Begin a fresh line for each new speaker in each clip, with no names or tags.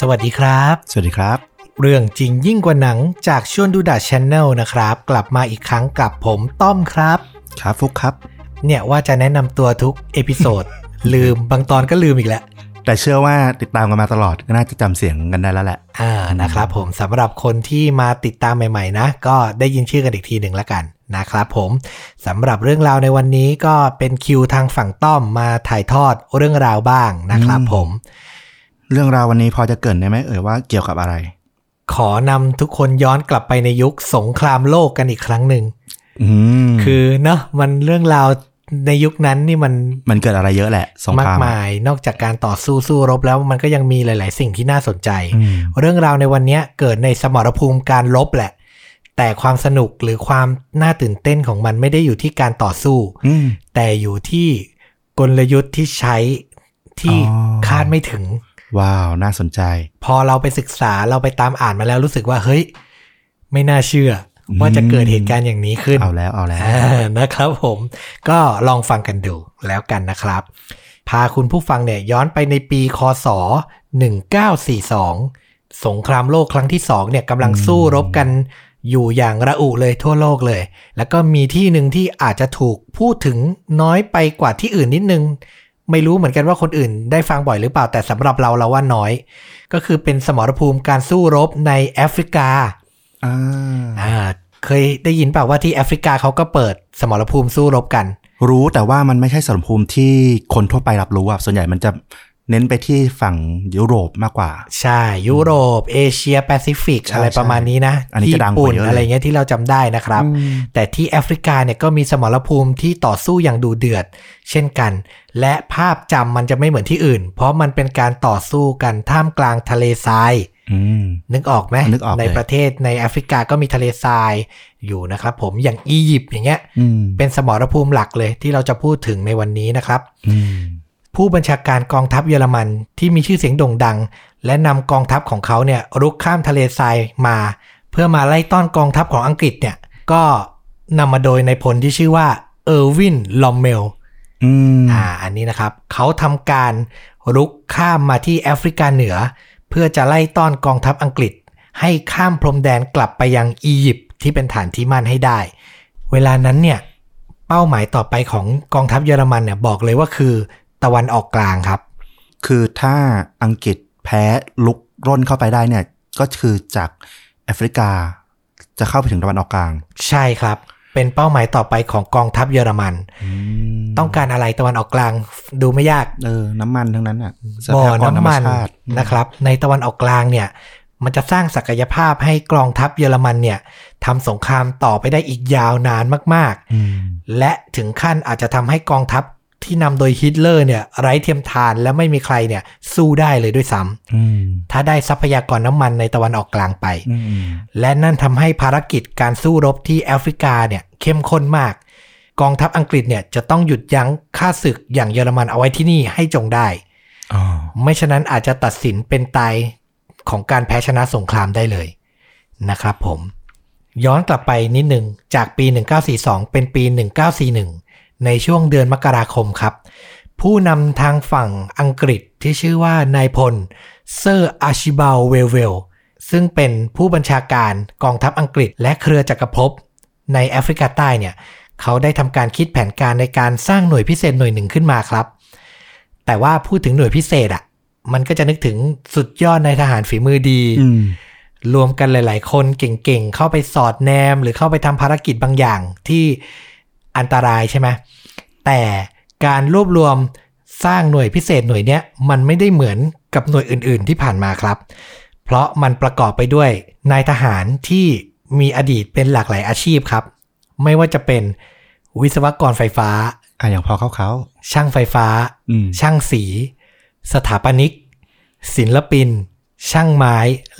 สวัสดีครับ
สวัสดีครับ
เรื่องจริงยิ่งกว่าหนังจากชวนดูดะชแนลนะครับ กลับมาอีกครั้งกับผมต้อมครับ
ครับฟุกครับ
เนี่ยว่าจะแนะนำตัวทุกเอพิโซด ลืมบางตอนก็ลืมอีกแล้ว
แต่เชื่อว่าติดตามกันมาตลอดก็น่าจะจำเสียงกันได้แล้วแหละ
อ่านะครับผมสำหรับคนที่มาติดตามใหม่ๆนะ ก็ได้ยินชื่อกันอีกทีหนึ่งละกันนะครับผมสำหรับเรื่องราวในวันนี้ก็เป็นคิวทางฝั่งต้อมมาถ่ายทอดเรื่องราวบ้างนะครับผม
เรื่องราววันนี้พอจะเกรินได้ไหมเอ่ยว่าเกี่ยวกับอะไร
ขอนำทุกคนย้อนกลับไปในยุคสงครามโลกกันอีกครั้งหนึ่ง
อืม
คือเนาะมันเรื่องราวในยุคนั้นนี่มัน
มันเกิดอะไรเยอะแหละสง
มา
ค
ก
ราม
มายนอกจากการต่อสู้สู้รบแล้วมันก็ยังมีหลาย ๆ สิ่งที่น่าสนใจ
อืม
เรื่องราวในวันเนี้ยเกิดในสมรภูมิการลบแหละ แต่ความสนุกหรือความน่าตื่นเต้นของมันไม่ได้อยู่ที่การต่อสู้
อืม
แต่อยู่ที่กลยุทธ์ที่ใช้ที่
อ๋อ
คาดไม่ถึง
ว้าวน่าสนใจ
พอเราไปศึกษาเราไปตามอ่านมาแล้วรู้สึกว่าเฮ้ย ไม่น่าเชื่ออว่าจะเกิดเหตุการณ์อย่างนี้ขึ้น
เอาแล้วเอาแล้ว
อ่านะครับ ผมก็ลองฟังกันดูแล้วกันนะครับ พาคุณผู้ฟังเนี่ยย้อนไปในปีคศ 1942 สงครามโลกครั้งที่สองเนี่ยกำลังสู้รบกันอยู่อย่างระอุเลยทั่วโลกเลย แล้วก็มีที่หนึ่งที่อาจจะถูกพูดถึงน้อยไปกว่าที่อื่นนิดนึง ไม่รู้เหมือนกันว่าคนอื่นได้ฟังบ่อยหรือเปล่าแต่สำหรับเราเราว่าน้อย ก็คือเป็นสมรภูมิการสู้รบในแอฟริกา
อ่า
อ่าเคยได้ยินเปล่าว่าที่แอฟริกาเขาก็เปิดสมรภูมิสู้รบกัน
รู้แต่ว่ามันไม่ใช่สมรภูมิที่คนทั่วไปรับรู้อ่ะส่วนใหญ่มันจะเน้นไปที่ฝั่งยุโรปมากกว่า
ใช่ ยุโรป เอเชียแปซิฟิก
ใช่
อะไรประมาณนี้นะ
อันนี้
ที่
จะดัง
ญี่
ก
ปุ่
ว่าน เยอะเลย
อะไรเงี้ยที่เราจำได้นะครับ แต่ที่แอฟริกาเนี่ยก็มีสมรภูมิที่ต่อสู้อย่างดูเดือด เช่นกัน และภาพจำมันจะไม่เหมือนที่อื่น เพราะมันเป็นการต่อสู้กันท่ามกลางทะเลทราย
อืม
นึกออกไหม
นึกออกเลย
ในประเทศในแอฟริกาก็มีทะเลทรายอยู่นะครับผมอย่างอียิปต์อย่างเงี้ย
อืม
เป็นสมรภูมิหลักเลยที่เราจะพูดถึงในวันนี้นะครับ
อืม
ผู้บัญชาการกองทัพเยอรมันที่มีชื่อเสียงโด่งดัง และนำกองทัพของเขาเนี่ยรุกข้ามทะเลทรายมา เพื่อมาไล่ต้อนกองทัพของอังกฤษเนี่ยก็นำมาโดยในายพลที่ชื่อว่าเออร์วินลอมเมล
อืม
อ่าอันนี้นะครับ เขาทำการรุกข้ามมาที่แอฟริกาเหนือ เพื่อจะไล่ต้อนกองทัพอังกฤษ ให้ข้ามพรมแดนกลับไปยังอียิปต์ที่เป็นฐานที่มั่นให้ได้ เวลานั้นเนี่ยเป้าหมายต่อไปของกองทัพเยอรมันเนี่ยบอกเลยว่าคือตะวันออกกลางครับ
คือถ้าอังกฤษแพ้ลุกร่นเข้าไปได้เนี่ย ก็คือจากแอฟริกา จะเข้าไปถึงตะวันออกกลาง
ใช่ครับ เป็นเป้าหมายต่อไปของกองทัพเยอรมัน ต้องการอะไรตะวันออกกลางดูไม่ยาก
เออ น้ำมันทั้งนั้นอ่ะทรั
บ่อ
พยากรธร
น้ำ
ร
มัน
ชาติ
นะครับ ในตะวันออกกลางเนี่ย มันจะสร้างศักยภาพให้กองทัพเยอรมันเนี่ยทำสงครามต่อไปได้อีกยาวนานมาก
อืม
ๆ และถึงขั้นอาจจะทำให้กองทัพที่นำโดยฮิตเลอร์เนี่ยไร้เทียมทานและไม่มีใครเนี่ยสู้ได้เลยด้วยซ้
อืม
ำถ้าได้ทรัพยากรน้ำมันในตะวันออกกลางไป
อืม
และนั่นทำให้ภารกิจการสู้รบที่แอฟริกาเนี่ยเข้มข้นมาก กองทัพอังกฤษเนี่ยจะต้องหยุดยั้งค่าศึกอย่างเยอรมันเอาไว้ที่นี่ให้จงได้
อ๋อ
ไม่ฉะนั้นอาจจะตัดสินเป็นตายของการแพ้ชนะสงครามได้เลยนะครับผม ย้อนกลับไปนิดหนึ่งจากปี 1942 เป็นปี 1941 ในช่วงเดือนมกราคมครับ ผู้นำทางฝั่งอังกฤษที่ชื่อว่านายพลเซอร์อาชิบาลเวลเวลซึ่งเป็นผู้บัญชาการกองทัพอังกฤษและเครือจักรภพในแอฟริกาใต้เนี่ย เขาได้ทำการคิดแผนการในการสร้างหน่วยพิเศษหน่วยหนึ่งขึ้นมาครับ แต่ว่าพูดถึงหน่วยพิเศษอะ่ะ มันก็จะนึกถึงสุดยอดในายทหารฝีมือดี
อืม
รวมกันหลาย ๆ คนเก่ง ๆ เข้าไปสอดแนม หรือเข้าไปทำภารกิจบางอย่างที่อันตรายใช่ไหมแต่การรวบรวมสร้างหน่วยพิเศษหน่วยเนี้ยมันไม่ได้เหมือนกับหน่วยอื่น ๆ ที่ผ่านมาครับ เพราะมันประกอบไปด้วยนายทหารที่มีอดีตเป็นหลากหลายอาชีพครับ ไม่ว่าจะเป็นวิศวกรไฟฟ้า
อ่ะอย่างพอเขาเขา
ช่างไฟฟ้า
อืม
ช่างสี สถาปนิก ศิลปิน ช่างไม้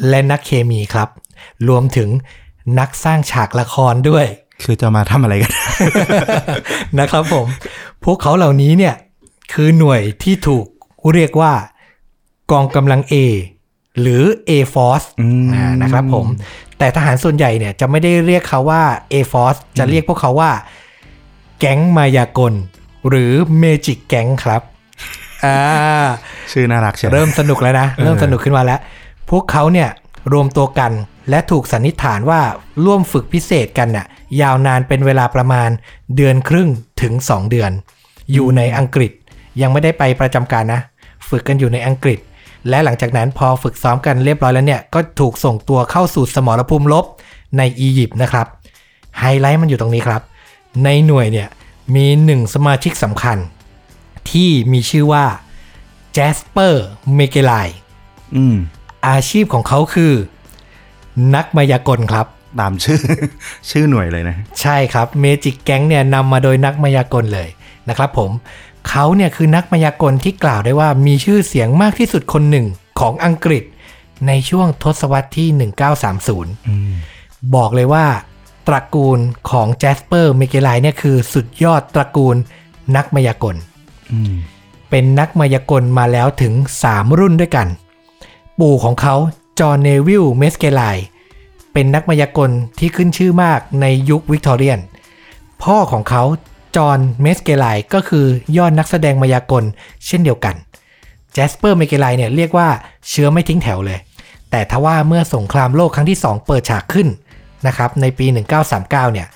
และนักเคมีครับ รวมถึงนักสร้างฉากละครด้วย
คือจะมาทำอะไรกัน
นะครับผม พวกเขาเหล่านี้เนี่ยคือหน่วยที่ถูกเรียกว่า กองกำลัง A หรือ A Force
อืม
อ่านะครับผม แต่ทหารส่วนใหญ่เนี่ยจะไม่ได้เรียกเขาว่า A Force จะเรียกพวกเขาว่า แก๊งมายากล หรือ Magic Gang ครับ อ่า
ชื่อน่ารักเชียว
เริ่มสนุกแล้วนะ เริ่มสนุกขึ้นมาแล้ว พวกเขาเนี่ยรวมตัวกันและถูกสันนิษฐานว่าร่วมฝึกพิเศษกันน่ะยาวนานเป็นเวลาประมาณเดือนครึ่งถึง 2 เดือน อยู่ในอังกฤษยังไม่ได้ไปประจำการนะ ฝึกกันอยู่ในอังกฤษ และหลังจากนั้นพอฝึกซ้อมกันเรียบร้อยแล้วเนี่ย ก็ถูกส่งตัวเข้าสู่สมรภูมิรบในอียิปต์นะครับ ไฮไลท์มันอยู่ตรงนี้ครับ ในหน่วยเนี่ยมีหนึ่งสมาชิกสำคัญ ที่มีชื่อว่าแจสเปอร์เมเกไล
อืม
อาชีพของเขาคือ นักมายากลครับ
ตามชื่อ ชื่อหน่วยเลยนะ
ใช่ครับเมจิกแก๊งเนี่ยนำมาโดยนักมายากลเลยนะครับผมเขาเนี่ยคือนักมายากลที่กล่าวได้ว่ามีชื่อเสียงมากที่สุดคนหนึ่งของอังกฤษ ในช่วงทศวรรษที่ 1930
อืม
บอกเลยว่า ตระกูลของแจสเปอร์เมเกไลเนี่ยคือสุดยอดตระกูลนักมายากล
อืม
เป็นนักมายากลมาแล้วถึง 3 รุ่นด้วยกัน ปู่ของเขาจอห์นเนวิลเมสเกไลเป็นนักมายากลที่ขึ้นชื่อมากในยุควิกตอเรียน พ่อของเขาจอห์นเมสเกไลก็คือยอดนักแสดงมายากลเช่นเดียวกันแจสเปอร์เมเกไลเนี่ยเรียกว่าเชื้อไม่ทิ้งแถวเลย แต่ทว่าเมื่อสงครามโลกครั้งที่ 2 เปิดฉากขึ้นนะครับในปี 1939 เนี่ย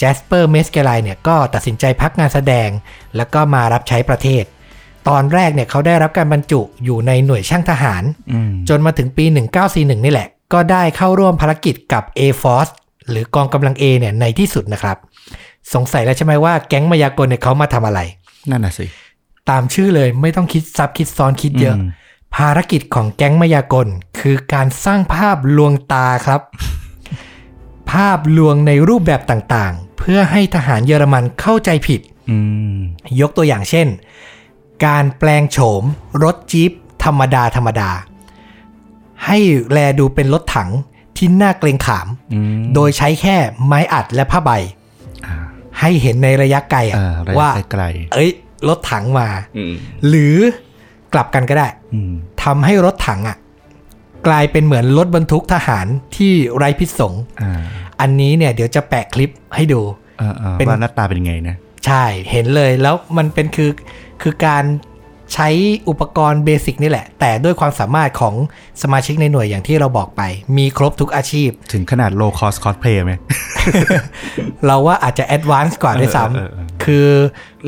จสเปอร์เมสเกไลเนี่ยก็ตัดสินใจพักงานแสดง แล้วก็มารับใช้ประเทศ ตอนแรกเนี่ยเขาได้รับการบรรจุอยู่ในหน่วยช่างทหาร
อืม
จนมาถึงปี 1941 นี่แหละ ก็ได้เข้าร่วมภารกิจกับ A Force หรือกองกำลัง A เนี่ยในที่สุดนะครับ สงสัยแล้วใช่ไหมว่าแก๊งมายากลเนี่ยเขามาทำอะไร
นั่นน่ะสิ
ตามชื่อเลยไม่ต้องคิดซับคิดซ้อนคิดเยอะ
ม
ภารกิจของแก๊งมายากล คือการสร้างภาพลวงตา ครับ ภาพลวงในรูปแบบต่างๆ เพื่อให้ทหารเยอรมันเข้าใจผิด
อืม
ยกตัวอย่างเช่น การแปลงโฉม รถจี๊ปธรรมดาธรรมดา ให้แลดูเป็นรถถังที่น่าเกรงขาม
อืม
โดยใช้แค่ไม้อัดและผ้าใบ
อ่า
ให้เห็นในระยะไกลอะ
เออระยะ
ว่า
ไกล
เอ้ย รถถังมา
ๆอืม
หรือกลับกันก็ได้
อืม
ทำให้รถถังอ่ะกลายเป็นเหมือนรถบรรทุกทหารที่ไร้พิษสง
อ่า
อันนี้เนี่ยเดี๋ยวจะแปะคลิปให้ดู
เออเออ
เป็น
ว่าหน้าตาเป็นไงนะ
ใช่เห็นเลยแล้วมันเป็นคือคือการใช้อุปกรณ์เบสิกนี่แหละ แต่ด้วยความสามารถของสมาชิกในหน่วยอย่างที่เราบอกไป มีครบทุกอาชีพ
ถึงขนาด low cost cosplay ไหม
เราว่าอาจจะแอดวานซ์กว่าด้วยซ้
เออเออเออ
ำคือ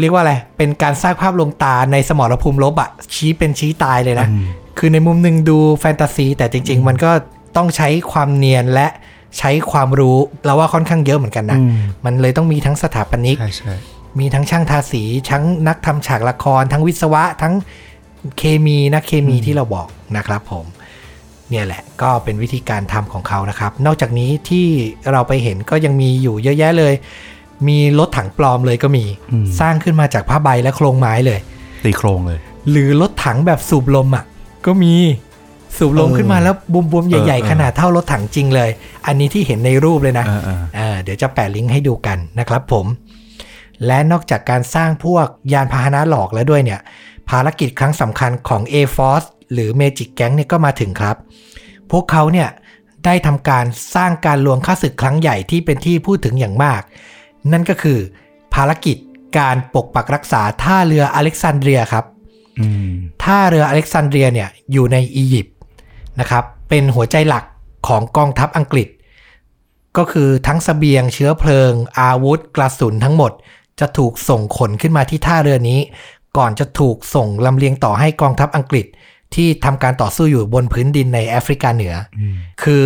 เรียกว่าอะไร เป็นการสร้างภาพลวงตาในสมรภูมิรบอะชี้เป็นชี้ตายเลยนะ คือในมุมหนึ่งดูแฟนตาซี แต่จริง ๆ มันก็ต้องใช้ความเนียนและใช้ความรู้เราว่าค่อนข้างเยอะเหมือนกันนะ มันเลยต้องมีทั้งสถาปนิก
ใช่ใช่
มีทั้งช่างทาสีทั้งนักทำฉากละคร ทั้งวิศวะ ทั้งเคมีนะเคมีที่เราบอกนะครับผม เนี่ยแหละก็เป็นวิธีการทำของเขานะครับ นอกจากนี้ที่เราไปเห็นก็ยังมีอยู่เยอะแยะเลย มีรถถังปลอมเลยก็มี สร้างขึ้นมาจากผ้าใบและโครงไม้เลย
ตีโครงเลย
หรือรถถังแบบสูบลมอ่ะ ก็มีสูบลม
เออ
ขึ้นมาแล้วบวมๆ
เออ
ใหญ่
เออ
ๆ ขนาดเท่ารถถังจริงเลย อันนี้ที่เห็นในรูปเลยนะ
เออเออ
เออเดี๋ยวจะแปะลิงก์ให้ดูกันนะครับผม และนอกจากการสร้างพวกยานพาหนะหลอกแล้วด้วยเนี่ย ภารกิจครั้งสำคัญของ A Force หรือ Magic Gang เนี่ยก็มาถึงครับ พวกเขาเนี่ยได้ทำการสร้างการลวงค่าศึกครั้งใหญ่ที่เป็นที่พูดถึงอย่างมาก นั่นก็คือ ภารกิจการปกปักรักษาท่าเรืออเล็กซานเดรียครับ
อืม
ท่าเรืออเล็กซานเดรียเนี่ยอยู่ในอียิปต์นะครับ เป็นหัวใจหลักของกองทัพอังกฤษ ก็คือทั้งสเสบียงเชื้อเพลิง อาวุธ กระสุนทั้งหมด จะถูกส่งขนขึ้นมาที่ท่าเรือนี้ ก่อนจะถูกส่งลำเลียงต่อให้กองทัพอังกฤษ ที่ทำการต่อสู้อยู่บนพื้นดินในแอฟริกาเหนืออ
ม
คือ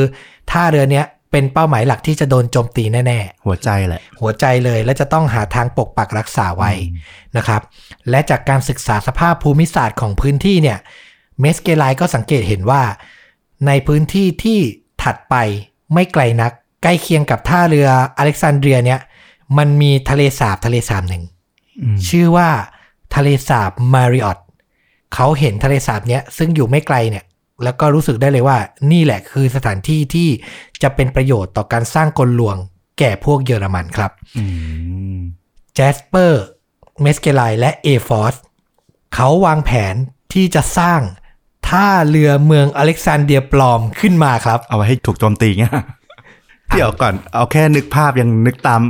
ท่าเรือเนี้ยเป็นเป้าหมายหลักที่จะโดนโจมตีแน่ๆ
หัวใจแหละ
หัวใจเลยและจะต้องหาทางปกปักรักษาไว้นะครับ และจากการศึกษาสภาพภูมิศาสตร์ของพื้นที่เนี่ยเมสเกไลก็สังเกตเห็นว่า ในพื้นที่ที่ถัดไปไม่ไกลนัก ใกล้เคียงกับท่าเรืออเล็กซานเดรียเนี่ยมันมีทะเลสาบทะเลสาบหนึ่ง
อืม
ชื่อว่าทะเลสาบมาริออตเขาเห็นทะเลสาบเนี้ยซึ่งอยู่ไม่ไกลเนี่ย แล้วก็รู้สึกได้เลยว่านี่แหละคือสถานที่ที่จะเป็นประโยชน์ต่อการสร้างกลลวง แก่พวกเยอรมันครับ
อืม
จสเปอร์เมสเกไลและ a f o r c e เขาวางแผนที่จะสร้างท่าเรือเมืองอเล็กซานเดียปลอมขึ้นมาครับ
เอาไว้ให้ถูกโจมตีเงี้ยเดี๋ยวก่อน เอาแค่นึกภาพยังนึกตาม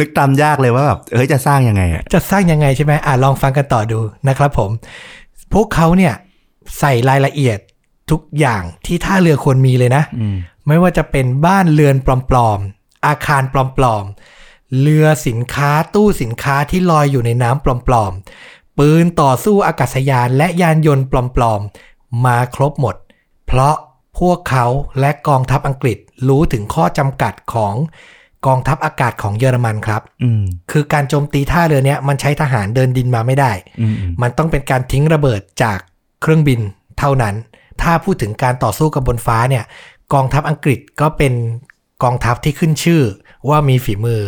นึกตามยากเลยว่าแบบเอ้ยจะสร้างยังไงอ่ะ
จะสร้างยังไงใช่ไหมอ่ะลองฟังกันต่อดูนะครับผม พวกเขาเนี่ยใส่รายละเอียด ทุกอย่างที่ท่าเรือควรมีเลยนะ
อืม
ไม่ว่าจะเป็นบ้านเรือนปลอมๆ อาคารปลอมๆ เรือสินค้าตู้สินค้าที่ลอยอยู่ในน้ำปลอมๆ ปืนต่อสู้อากาศยานและยานยนต์ปลอมๆ มาครบหมด เพราะพวกเขาและกองทัพอังกฤษรู้ถึงข้อจำกัดของกองทัพอากาศของเยอรมันครับ
อืม
คือการโจมตีท่าเรือเนี้ยมันใช้ทหารเดินดินมาไม่ได้
อืมอืม
มันต้องเป็นการทิ้งระเบิดจากเครื่องบินเท่านั้น ถ้าพูดถึงการต่อสู้กับบนฟ้าเนี่ย กองทัพอังกฤษก็เป็นกองทัพที่ขึ้นชื่อว่ามีฝีมือ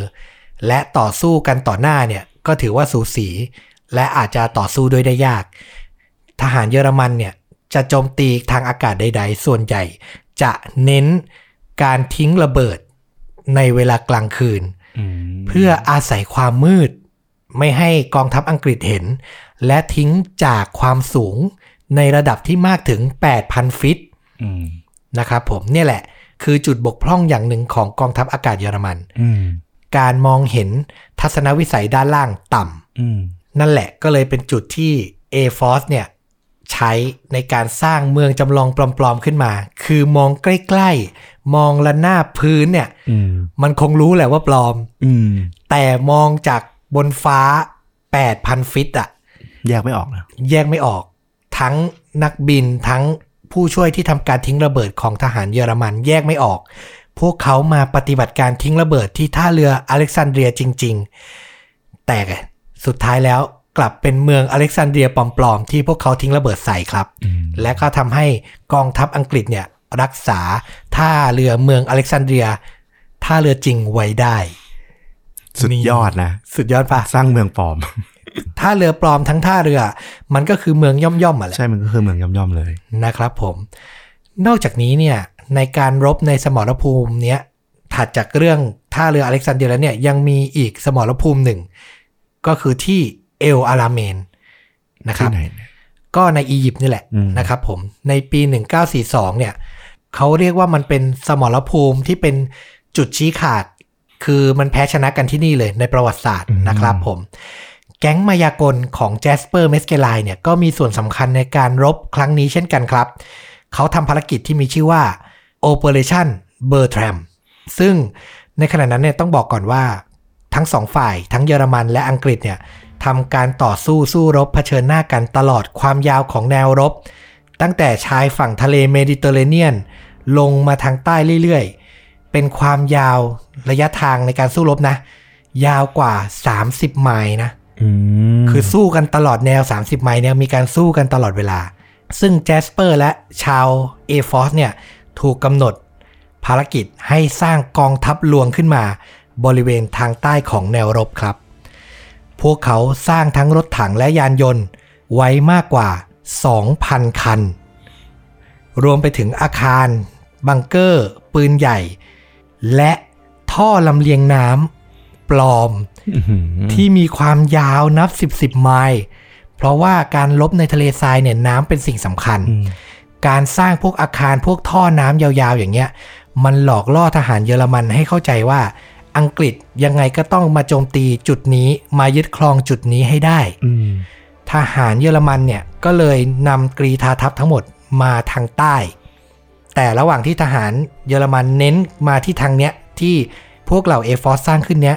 และต่อสู้กันต่อหน้าเนี่ยก็ถือว่าสูสี และอาจจะต่อสู้ด้วยได้ยาก ทหารเยอรมันเนี่ยจะโจมตีทางอากาศใด ๆ ส่วนใหญ่ จะเน้นการทิ้งระเบิดในเวลากลางคืน
อืม
เพื่ออาศัยความมืด ไม่ให้กองทัพอังกฤษเห็น และทิ้งจากความสูงในระดับที่มากถึง 8,000 ฟิต
อืม
นะครับผมเนี่ยแหละ คือจุดบกพร่องอย่างหนึ่งของกองทัพอากาศเยอรมัน
อืม
การมองเห็นทัศนวิสัยด้านล่างต่
อืม
ำนั่นแหละก็เลยเป็นจุดที่ a f o r c e เนี่ยใช้ในการสร้างเมืองจำลองปลอมๆขึ้นมา คือมองใกล้ๆ มองละหน้าบพื้นเนี่ย
อืม
มันคงรู้แหละว่าปลอม
อืม
แต่มองจากบนฟ้า 8,000 ฟิตอะ
แยกไม่ออกนะ
แยกไม่ออก ทั้งนักบินทั้งผู้ช่วยที่ทำการทิ้งระเบิดของทหารเยอรมันแยกไม่ออก พวกเขามาปฏิบัติการทิ้งระเบิดที่ท่าเรืออเล็กซานเดรียจริง ๆ แต่สุดท้ายแล้วกลับเป็นเมืองอเล็กซานเดรียปลอมๆที่พวกเขาทิ้งระเบิดใส่ครับ
อืม
และก็ทำให้กองทัพอังกฤษเนี่ยรักษาท่าเรือเมืองอเล็กซานเดรียท่าเรือจริงไว้ได้
สุด
นี่
ยอดนะ
สุดยอดปะ
สร้างเมืองปลอม
ท่าเรือปลอมทั้งท่าเรือ มันก็คือเมืองย่อมๆอ่ะแหละ
ใช่มันก็คือเมืองย่อมๆเลย
นะครับผม นอกจากนี้เนี่ยในการรบในสมรภูมิเนี้ยถัดจากเรื่องท่าเรืออเล็กซานเดรียแล้วเนี่ยยังมีอีกสมรภูมิหนึ่ง ก็คือที่เอลอาราเมนนะครับ
ที่ไหนเนี่ย
ก็ในอียิปต์นี่แหละ
อืม
นะครับผมในปี 1942 เนี่ยเขาเรียกว่ามันเป็นสมรภูมิที่เป็นจุดชี้ขาด คือมันแพ้ชนะกันที่นี่เลยในประวัติศาสตร์นะครับผม แก๊งมายากลของแจสเปอร์เมสเกลายเนี่ยก็มีส่วนสำคัญในการรบครั้งนี้เช่นกันครับ เขาทำภารกิจที่มีชื่อว่า Operation Bertram ซึ่งในขณะนั้นเนี่ยต้องบอกก่อนว่า ทั้งสองฝ่าย ทั้งเยอรมันและอังกฤษเนี่ยทำการต่อสู้สู้รบเผชิญหน้ากันตลอดความยาวของแนวรบ ตั้งแต่ชายฝั่งทะเลเมดิเตอร์เรเนียน ลงมาทางใต้เรื่อยๆ เป็นความยาวระยะทางในการสู้รบนะ ยาวกว่า 30 ไมล์นะ
อืม
คือสู้กันตลอดแนว 30 ไมล์เนี่ยมีการสู้กันตลอดเวลา ซึ่งแจสเปอร์และชาว a f o r c e เนี่ยถูกกำหนดภารกิจให้สร้างกองทัพลวงขึ้นมา บริเวณทางใต้ของแนวรบครับ พวกเขาสร้างทั้งรถถังและยานยนต์ไว้มากกว่า 2,000 คัน รวมไปถึงอาคาร บังเกอร์ ปืนใหญ่ และท่อลำเลียงน้ำปลอม
อหือ
ที่มีความยาวนับ 10บสบไมล์ เพราะว่าการลบในทะเลทรายเนี่ยน้ำเป็นสิ่งสำคัญ
อืม
การสร้างพวกอาคารพวกท่อน้ำยาวๆอย่างเงี้ย มันหลอกล่อทหารเยอรมันให้เข้าใจว่า อังกฤษยังไงก็ต้องมาโจมตีจุดนี้มายึดครองจุดนี้ให้ได้
อืม
ทหารเยอรมันเนี่ยก็เลยนำกรีธาทัพทั้งหมดมาทางใต้ แต่ระหว่างที่ทหารเยอรมันเน้นมาที่ทางเนี้ยที่พวกเหล่าเอฟอสสร้างขึ้นเนี้ย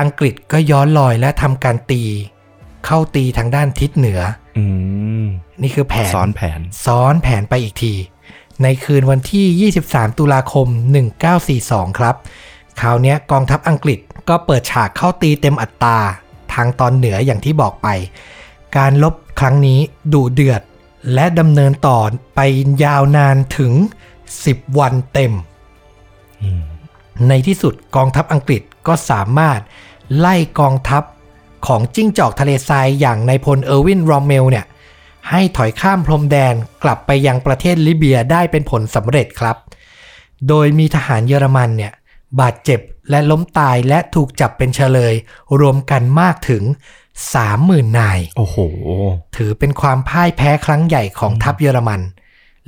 อังกฤษก็ย้อนลอยและทำการตี เข้าตีทางด้านทิศเหนือ
อืม
นี่คือแผน
ซ้อนแผน
ซ้อนแผนไปอีกที ในคืนวันที่ 23 ตุลาคม 1942 ครับ คราวเนี้ยกองทัพอังกฤษก็เปิดฉากเข้าตีเต็มอัตรา ทางตอนเหนืออย่างที่บอกไป การลบครั้งนี้ดุเดือด และดำเนินต่อไปยาวนานถึง 10 วันเต็ม
อืม
ในที่สุดกองทัพอังกฤษก็สามารถไล่กองทัพของจิ้งจอกทะเลทรายอย่างนายพลเออร์วินรอมเมลเนี่ยให้ถอยข้ามพรมแดนกลับไปยังประเทศลิเบียได้เป็นผลสำเร็จครับ โดยมีทหารเยอรมันเนี่ยบาดเจ็บและล้มตายและถูกจับเป็นเฉลย รวมกันมากถึง 30,000 นาย
โอ้โห
ถือเป็นความพ่ายแพ้ครั้งใหญ่ของทัพเยอรมัน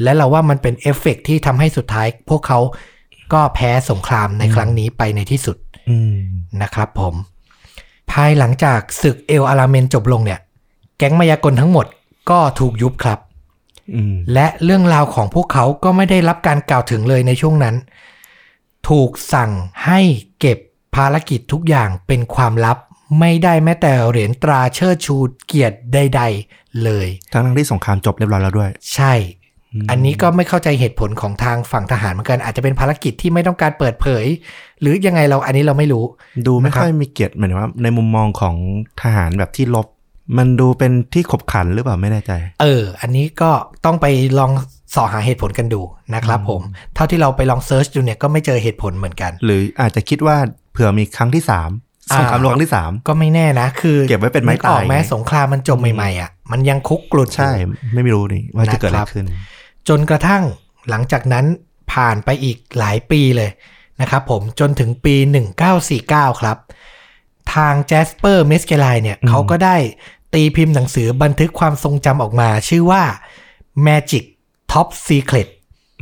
และเราว่ามันเป็นเอฟเฟกต์ที่ทำให้สุดท้าย พวกเขาก็แพ้สงครามในครั้งนี้ไปในที่สุด
อืม
นะครับผม ภายหลังจากศึกเอลอาราเมนจบลงเนี่ย แก๊งมายากลทั้งหมดก็ถูกยุบครับ
อืม
และเรื่องราวของพวกเขาก็ไม่ได้รับการกล่าวถึงเลยในช่วงนั้น ถูกสั่งให้เก็บภารกิจทุกอย่างเป็นความลับ ไม่ได้แม้แต่เหรียญตราเชิดชูเกียรติใด ๆ เลย
ทั้งๆที่สงครามจบเรียบร้อยแล้วด้วย
ใช่
ม
อันนี้ก็ไม่เข้าใจเหตุผลของทางฝั่งทหารเหมือนกัน อาจจะเป็นภารกิจที่ไม่ต้องการเปิดเผย หรือยังไงเราอันนี้เราไม่รู้
ดูไม่
นะครับ
ค่อยมีเกียรติเหมือนว่า ในมุมมองของทหารแบบที่ลบ มันดูเป็นที่ขบขันหรือเปล่าไม่แน่ใจ
เออ อันนี้ก็ต้องไปลองเสอหาเหตุผลกันดูนะครับผม เท่าที่เราไปลองเซิร์ชดูเนี่ยก็ไม่เจอเหตุผลเหมือนกัน
หรืออาจจะคิดว่าเผื่อมีครั้งที่สาม
อ่า
สงครามโลกครั้งที่สาม
ก็ไม่แน่นะ คือ
เก็บไว้เป็นไม้
กออก
ตาย
แม้
ไง
สงครามมันจบใหม่ๆอ่ะ มันยังคุกกลุ่นอยู่
ใช่ ไม่รู้นี่ว่าจะเกิดอะไร
นะครับ
ขึ้น
จนกระทั่งหลังจากนั้นผ่านไปอีกหลายปีเลยนะครับผมจนถึงปี 1949 ครับ ทาง Jasper m e s k e l i เนี่ย
อืม
เขาก็ได้ตีพิมพ์หนังสือบันทึกความทรงจำออกมาชื่อว่า Magic Top Secret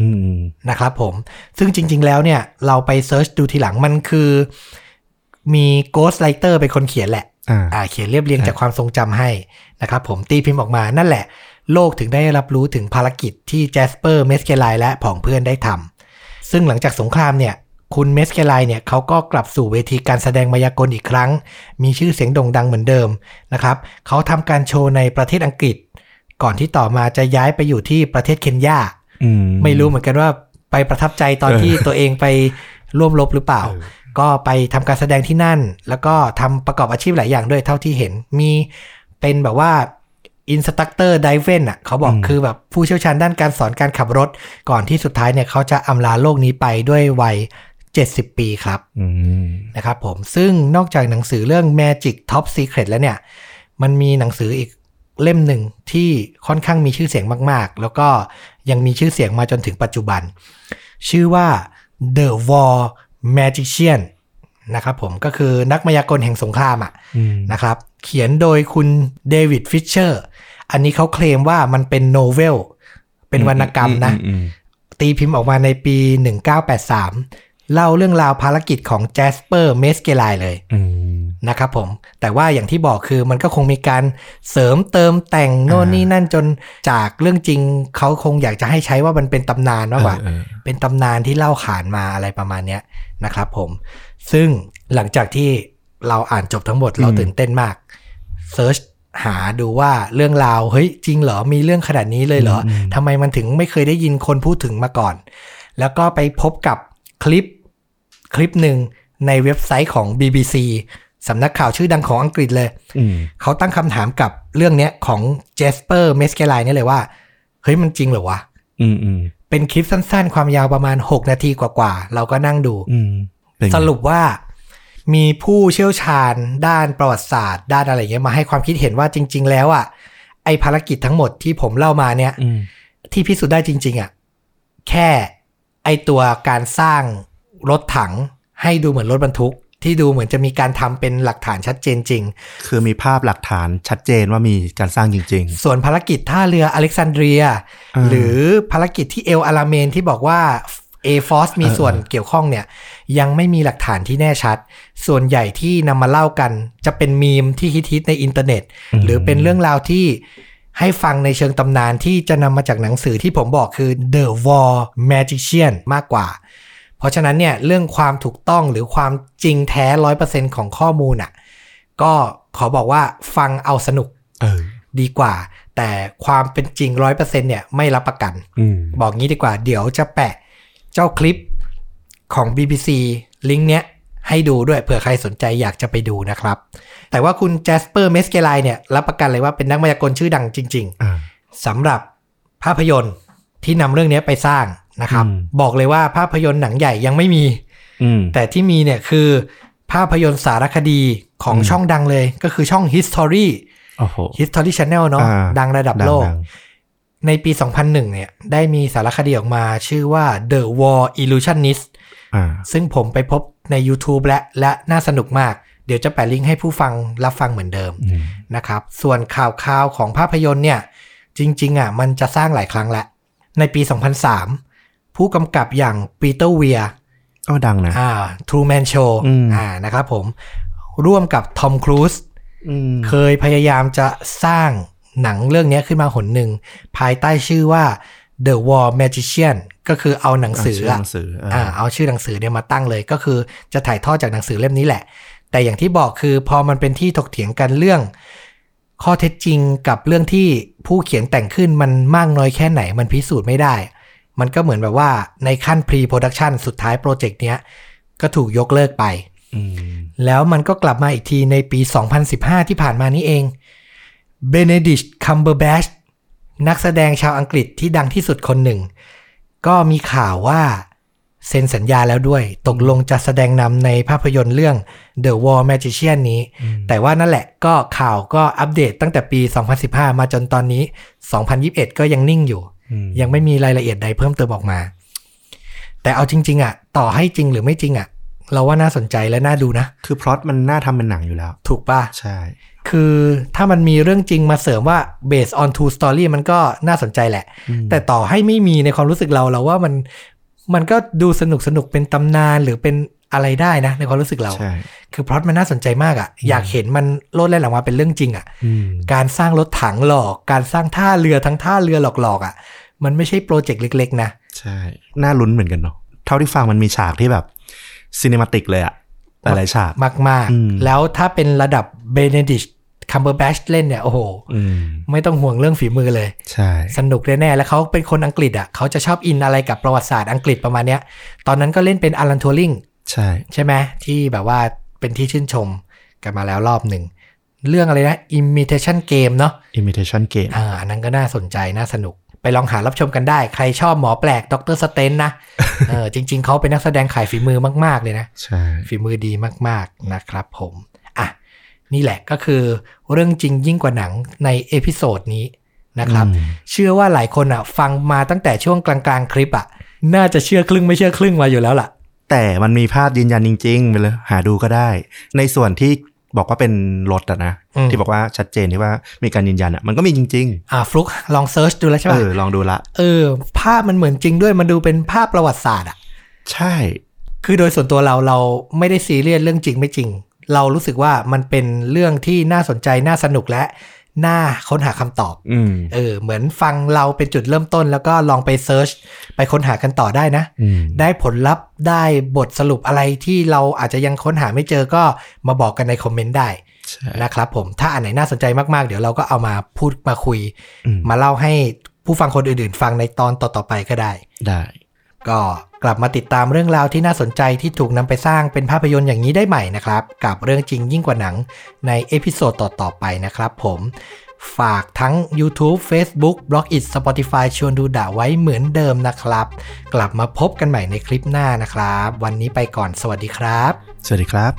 อืม
นะครับผม ซึ่งจริง ๆ แล้วเนี่ย เราไปเซิร์ชดูทีหลังมันคือ มี Ghostwriter เป็นคนเขียนแหละ
อ่า
อ่าเขียนเรียบเรียง
ครับ
จากความทรงจำให้นะครับผมตีพิมพ์ออกมานั่นแหละ โลกถึงได้รับรู้ถึงภารกิจที่แจสเปอร์เมสเกลไลและผองเพื่อนได้ทำซึ่งหลังจากสงครามเนี่ย คุณเมสเกลไลเนี่ยเขาก็กลับสู่เวทีการแสดงมายากลอีกครั้ง มีชื่อเสียงโด่งดังเหมือนเดิมนะครับเขาทำการโชว์ในประเทศอังกฤษ ก่อนที่ต่อมาจะย้ายไปอยู่ที่ประเทศเคนยา
อืม
ไม่รู้เหมือนกันว่าไปประทับใจตอน
เออ
ที่ตัวเองไปร่วมรบหรือเปล่า
เออ
ก็ไปทำการแสดงที่นั่น แล้วก็ทำประกอบอาชีพหลายอย่างด้วยเท่าที่เห็น มีเป็นแบบว่าอินสตัคเตอร์ไดเวนอ่ะเขาบอกคือแบบผู้เชี่ยวชาญด้านการสอนการขับรถ ก่อนที่สุดท้ายเนี่ยเขาจะอำลาโลกนี้ไปด้วยวัย 70 ปีครับ
อืม
นะครับผมซึ่งนอกจากหนังสือเรื่อง Magic Top Secret แล้วเนี่ย มันมีหนังสืออีกเล่มหนึ่งที่ค่อนข้างมีชื่อเสียงมาก ๆ แล้วก็ยังมีชื่อเสียงมาจนถึงปัจจุบัน ชื่อว่า The War Magician นะครับผมก็คือนักมายากลแห่งสงครามอ่ะ
อืม
นะครับเขียนโดยคุณเดวิดฟิชเชอร์อันนี้เขาเคลมว่ามันเป็นโนเวล เป็นวรรณกรรมนะ
อืมอืมอืม
ตีพิมพ์ออกมาในปี 1983 เล่าเรื่องราวภารกิจของแจสเปอร์เมสเกลายเลย
อืม
นะครับผม แต่ว่าอย่างที่บอกคือมันก็คงมีการเสริมเติมแต่งโน่น
อ่า
นี่นั่นจนจากเรื่องจริงเขาคงอยากจะให้ใช้ว่ามันเป็นตำนานมากกว่า
เออ
เป็นตำนานที่เล่าขานมาอะไรประมาณเนี้ยนะครับผม ซึ่งหลังจากที่เราอ่านจบทั้งหมดเราตื่นเต้นมากเซิร์ชหาดูว่าเรื่องราวเฮ้ยจริงเหรอมีเรื่องขนาดนี้เลยเหรอทำไมมันถึงไม่เคยได้ยินคนพูดถึงมาก่อน แล้วก็ไปพบกับคลิปคลิปหนึ่งในเว็บไซต์ของ BBC สำนักข่าวชื่อดังของอังกฤษเลย
อืม
เขาตั้งคำถามกับเรื่องเนี้ยของเจสเปอร์เมสเกลไลนี่ยเลยว่า เฮ้ยมันจริงเหรอวะ
อืม อืม
เป็นคลิปสั้นๆ ความยาวประมาณ 6 นาทีกว่าๆ เราก็นั่งดู
อืมเป็นไง
สรุปว่ามีผู้เชี่ยวชาญด้านประวัติศาสตร์ ด้านอะไรเงี้ยมาให้ความคิดเห็นว่าจริง ๆ แล้วอ่ะไอภารกิจทั้งหมดที่ผมเล่ามาเนี่ย
อืม
ที่พิสูจน์ได้จริง ๆอ่ะแค่ไอตัวการสร้างรถถังให้ดูเหมือนรถบรรทุก ที่ดูเหมือนจะมีการทำเป็นหลักฐานชัดเจนจริง
คือมีภาพหลักฐานชัดเจนว่ามีการสร้างจริง
ส่วนภารกิจท่าเรืออเล็กซานเดรีย
อ่า
หรือภารกิจที่เอลอาราเมนที่บอกว่า a f o r c e มี
เออ
ส่วนเกี่ยวข้องเนี่ย ยังไม่มีหลักฐานที่แน่ชัด ส่วนใหญ่ที่นำมาเล่ากัน จะเป็นมีมที่ฮิตๆในอินเทอร์เน็ต หรือเป็นเรื่องราวที่ให้ฟังในเชิงตำนานที่จะนำมาจากหนังสือที่ผมบอกคือ The War Magician มากกว่า เพราะฉะนั้นเนี่ยเรื่องความถูกต้องหรือความจริงแท้ร้อยเปอร์เซ็นของข้อมูลอ่ะก็ขอบอกว่าฟังเอาสนุก
ๆ เออ
ดีกว่า แต่ความเป็นจริงร้อยเปอร์เซ็นเนี่ยไม่รับประกัน
อืม
บอกงี้ดีกว่า เดี๋ยวจะแปะเจ้าคลิปของ BBC ลิงก์เนี้ยให้ดูด้วยเผื่อใครสนใจอยากจะไปดูนะครับ แต่ว่าคุณแจสเปอร์เมสเกลไลเนี่ยรับประกันเลยว่าเป็นนักมายากลชื่อดังจริง
อ่า
ๆสำหรับภาพยนตร์ที่นำเรื่องเนี้ยไปสร้างนะครับ
อืม
บอกเลยว่าภาพยนตร์หนังใหญ่ยังไม่มี
อืม
แต่ที่มีเนี่ยคือภาพยนตร์สารคดีของ
อืม
ช่องดังเลย ก็คือช่อง History
โอ้โห
History Channel เนาะ
อ่า
ดังระดับโลก
ดัง
ในปี 2001 เนี่ย ได้มีสารคดีออกมาชื่อว่า The War Illusionist
ๆอ่า
ซึ่งผมไปพบใน YouTube และและน่าสนุกมาก เดี๋ยวจะแปะลิงก์ให้ผู้ฟังรับฟังเหมือนเดิม
อืม
นะครับ ส่วนข่าวคราวของภาพยนตร์เนี่ย จริง ๆ อ่ะ มันจะสร้างหลายครั้งแล้ว ในปี 2003 ผู้กำกับอย่างปีเตอร์เวีย
ก็ดังนะ
อ่า True Man Show
อืม
อ่านะครับผม ร่วมกับทอมครูซ
อืม
เคยพยายามจะสร้าง หนังเรื่องเนี้ยขึ้นมาหนหนึ่ง ภายใต้ชื่อว่า The War Magician ก็คือเอาหนังสือ
ชื่อห
อะ
นังสือเอออ
อ่าเอาชื่อหนังสือเนี่ยมาตั้งเลยก็คือจะถ่ายทอดจากหนังสือเล่มนี้แหละ แต่อย่างที่บอกคือพอมันเป็นที่ถกเถียงกันเรื่อง ข้อเท็จจริงกับเรื่องที่ผู้เขียนแต่งขึ้นมันมากน้อยแค่ไหนมันพิสูจน์ไม่ได้ มันก็เหมือนแบบว่าในขั้น pre-production สุดท้ายโปรเจกต์เนี้ยก็ถูกยกเลิกไป
อืม
แล้วมันก็กลับมาอีกทีในปี 2015 ที่ผ่านมานี้เองเบเนดิชคัมเบอร์แบชนักแสดงชาวอังกฤษที่ดังที่สุดคนหนึ่ง ก็มีข่าวว่าเซ็นสัญญาแล้วด้วย ตกลงจะแสดงนำในภาพยนตร์เรื่อง The War Magician นี้ แต่ว่านั่นแหละก็ข่าวก็อัปเดตตั้งแต่ปี 2015 มาจนตอนนี้ 2021 ก็ยังนิ่งอยู่
อืม
ยังไม่มีรายละเอียดใดเพิ่มเติมออกมา แต่เอาจริง ๆ อ่ะ ต่อให้จริงหรือไม่จริงอ่ะ เราว่าน่าสนใจและน่าดูนะ
คือพล็อตมันน่าทำเป็นหนังอยู่แล้ว
ถูกป่ะ
ใช่
คือถ้ามันมีเรื่องจริงมาเสริมว่า based on true story มันก็น่าสนใจแหละ
อืม
แต่ต่อให้ไม่มีในความรู้สึกเราเราว่ามันมันก็ดูสนุกสนุกเป็นตำนานหรือเป็นอะไรได้นะ ในความรู้สึกเรา
ใช่
คือพล็อตมันน่าสนใจมากอะ่ะ อยากเห็นมันโลดแล่นออกมาเป็นเรื่องจริงอะ่ะ
อืม
การสร้างรถถังหลอก การสร้างท่าเรือทั้งท่าเรือหลอกๆอะ่ะ มันไม่ใช่โปรเจกต์เล็กๆนะ
ใช่ น่าลุ้นเหมือนกันเนาะเท่าที่ฟังมันมีฉากที่แบบซีนิมาติกเลยอะหลายๆฉาก
มาก
อืม
ๆ แล้วถ้าเป็นระดับเบเนดิชคัมเบอร์แบชเล่นเนี่ยโอ้โห
อืม
ไม่ต้องห่วงเรื่องฝีมือเลย
ใช่
สนุกแน่ๆ แล้วเขาเป็นคนอังกฤษอ่ะ เขาจะชอบอินอะไรกับประวัติศาสตร์อังกฤษประมาณเนี้ย ตอนนั้นก็เล่นเป็นอ l ลันทัวริง
ใช่
ใช่ไหมที่แบบว่าเป็นที่ชื่นชมกันมาแล้วรอบหนึ่ง เรื่องอะไรนะ Imitation Game เนาะ
อิมิเทชันเกม
อ่าอันนั้นก็น่าสนใจน่าสนุก ไปลองหารับชมกันได้ ใครชอบหมอแปลกดรสเตนนะ เออจริง ๆ เขาเป็นนักแสดงขายฝีมือมากๆเลยนะ
ใช่
ฝีมือดีมากๆนะครับผม อ่ะ นี่แหละก็คือเรื่องจริงยิ่งกว่าหนังในเอพิโซดนี้นะครับ
อืม
เชื่อว่าหลายคนอ่ะ ฟังมาตั้งแต่ช่วงกลางๆ คลิปอ่ะ น่าจะเชื่อครึ่งไม่เชื่อครึ่งมาอยู่แล้วล่ะ
แต่มันมีภาพยืนยันจริงๆไปเลยหาดูก็ได้ ในส่วนที่บอกว่าเป็นรถอะนะ
อืม
ที่บอกว่าชัดเจนที่ว่ามีการยืนยันอะมันก็มีจริง
อ่าฟลุกลองเซิร์ชดูแล้ว
ๆ
ใช่
เอ
ป่ะ
อ ลองดูละ
เออ ภาพมันเหมือนจริงด้วยมันดูเป็นภาพประวัติศาสตร์อ่ะ
ใช่
คือโดยส่วนตัวเราเราไม่ได้ซีเรียสเรื่องจริงไม่จริง เรารู้สึกว่ามันเป็นเรื่องที่น่าสนใจน่าสนุกและน่าค้นหาคำตอบ
อืม
เออ เหมือนฟังเราเป็นจุดเริ่มต้น แล้วก็ลองไปเซิร์ชไปค้นหากันต่อได้นะ
อืม
ได้ผลลัพธ์ได้บทสรุปอะไรที่เราอาจจะยังค้นหาไม่เจอก็มาบอกกันในคอมเมนต์ได้
ใช่
นะครับผมถ้าอันไหนน่าสนใจมากๆ เดี๋ยวเราก็เอามาพูดมาคุย
อืม
มาเล่าให้ผู้ฟังคนอื่นๆ ฟังในตอนต่อๆไปก็ได้
ได้
ก็กลับมาติดตามเรื่องราวที่น่าสนใจที่ถูกนำไปสร้างเป็นภาพยนตร์อย่างนี้ได้ใหม่นะครับ กับเรื่องจริงยิ่งกว่าหนังในเอพิโซดต่อ ๆ ไปนะครับผม ฝากทั้ง YouTube Facebook b l o g i t Spotify ชวนดูด่าไว้เหมือนเดิมนะครับ กลับมาพบกันใหม่ในคลิปหน้านะครับ วันนี้ไปก่อนสวัสดีครับ
สวัสดีครับ